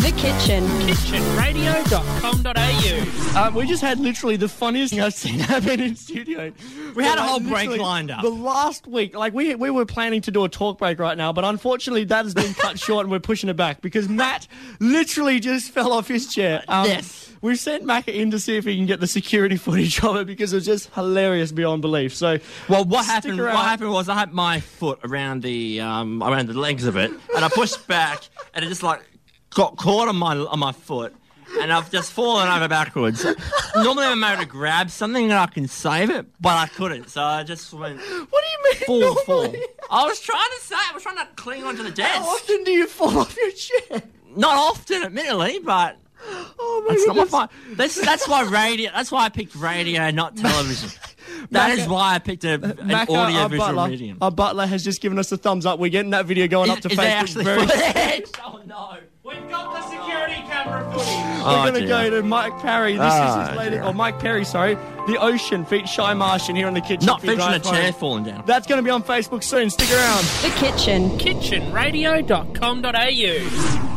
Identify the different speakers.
Speaker 1: The kitchen.
Speaker 2: kitchenradio.com.au.
Speaker 3: Um, we just had literally the funniest thing I've seen happen in studio.
Speaker 2: We had a whole
Speaker 3: Like,
Speaker 2: break
Speaker 3: literally,
Speaker 2: lined up.
Speaker 3: The last week, like we we were planning to do a talk break right now, but unfortunately that has been cut short and we're pushing it back because Matt literally just fell off his chair. Um,
Speaker 2: Yes.
Speaker 3: We've sent Mac in to see if he can get the security footage of it because it was just hilarious beyond belief. So,
Speaker 2: Well, what
Speaker 3: Stick
Speaker 2: happened?
Speaker 3: around.
Speaker 2: What happened was I had my foot around the um, around the legs of it, and I pushed back, and it just like got caught on my on my foot, and I've just fallen over backwards. Normally, I'm able to grab something and I can save it, but I couldn't, so I just went
Speaker 3: what do you mean?
Speaker 2: full fall.
Speaker 3: normally?
Speaker 2: I was trying to say, I was trying to cling onto the
Speaker 3: How
Speaker 2: desk.
Speaker 3: often do you fall off your chair?
Speaker 2: Not often, admittedly, but
Speaker 3: Oh my
Speaker 2: That's not my
Speaker 3: goodness.
Speaker 2: fault. This, that's why radio. That's why I picked radio, not television. That is
Speaker 3: Macca-
Speaker 2: why I picked a, an
Speaker 3: Mac, our- our
Speaker 2: audiovisual
Speaker 3: butler,
Speaker 2: medium.
Speaker 3: our butler has just given us a thumbs up. We're getting that video going up to
Speaker 2: is
Speaker 3: Facebook
Speaker 2: there actually
Speaker 3: very
Speaker 2: footage? Oh no! We've got the security camera footage. Oh,
Speaker 3: We're going to
Speaker 2: dear.
Speaker 3: go to Mike Perry. This is
Speaker 2: Ah,
Speaker 3: his latest,
Speaker 2: dear.
Speaker 3: or Mike Perry, sorry. The Ocean feat Shy Martian here on the kitchen.
Speaker 2: Not
Speaker 3: If you
Speaker 2: featuring a
Speaker 3: drive
Speaker 2: chair
Speaker 3: home.
Speaker 2: falling down.
Speaker 3: That's going to be on Facebook soon. Stick around.
Speaker 1: The kitchen.
Speaker 2: Kitchenradio.com.au.